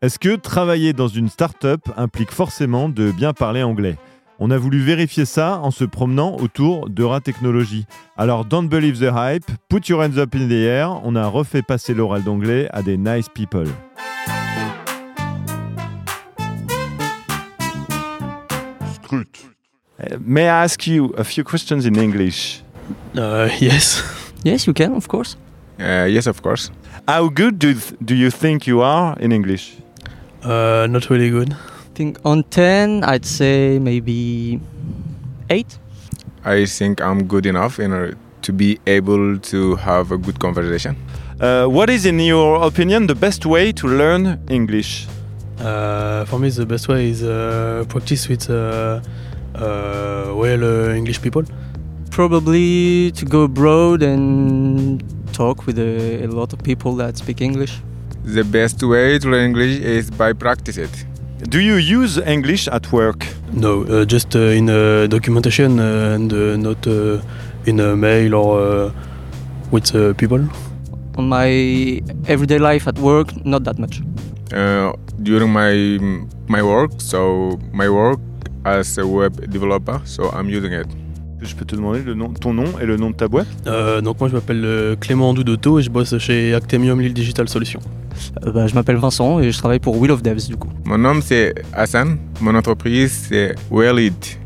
Est-ce que travailler dans une start-up implique forcément de bien parler anglais On a voulu vérifier ça en se promenant autour d'Eura Technologies. Alors, don't believe the hype, put your hands up in the air, on a refait passer l'oral d'anglais à des nice people. Uh, may I ask you a few questions in English? Uh, yes. Yes, you can, of course. Uh, yes, of course. How good do, th- do you think you are in English? Uh, not really good. I think on 10, I'd say maybe 8. I think I'm good enough in order to be able to have a good conversation. Uh, what is, in your opinion, the best way to learn English? Uh, for me, the best way is uh, practice with uh, uh, well uh, English people. Probably to go abroad and talk with a, a lot of people that speak English. The best way to learn English is by practice it. Do you use English at work? No, uh, just uh, in uh, documentation uh, and uh, not uh, in a mail or uh, with uh, people. On my everyday life at work, not that much. Uh, during my my work, so my work as a web developer, so I'm using it. Je peux te demander le nom, ton nom et le nom de ta boîte Euh, donc moi je m'appelle euh, Clément Doudoto et je bosse chez Actemium Lille Digital Solutions. Euh, bah, je m'appelle Vincent et je travaille pour Wheel of Devs du coup. Mon nom c'est Hassan, mon entreprise c'est Wellit.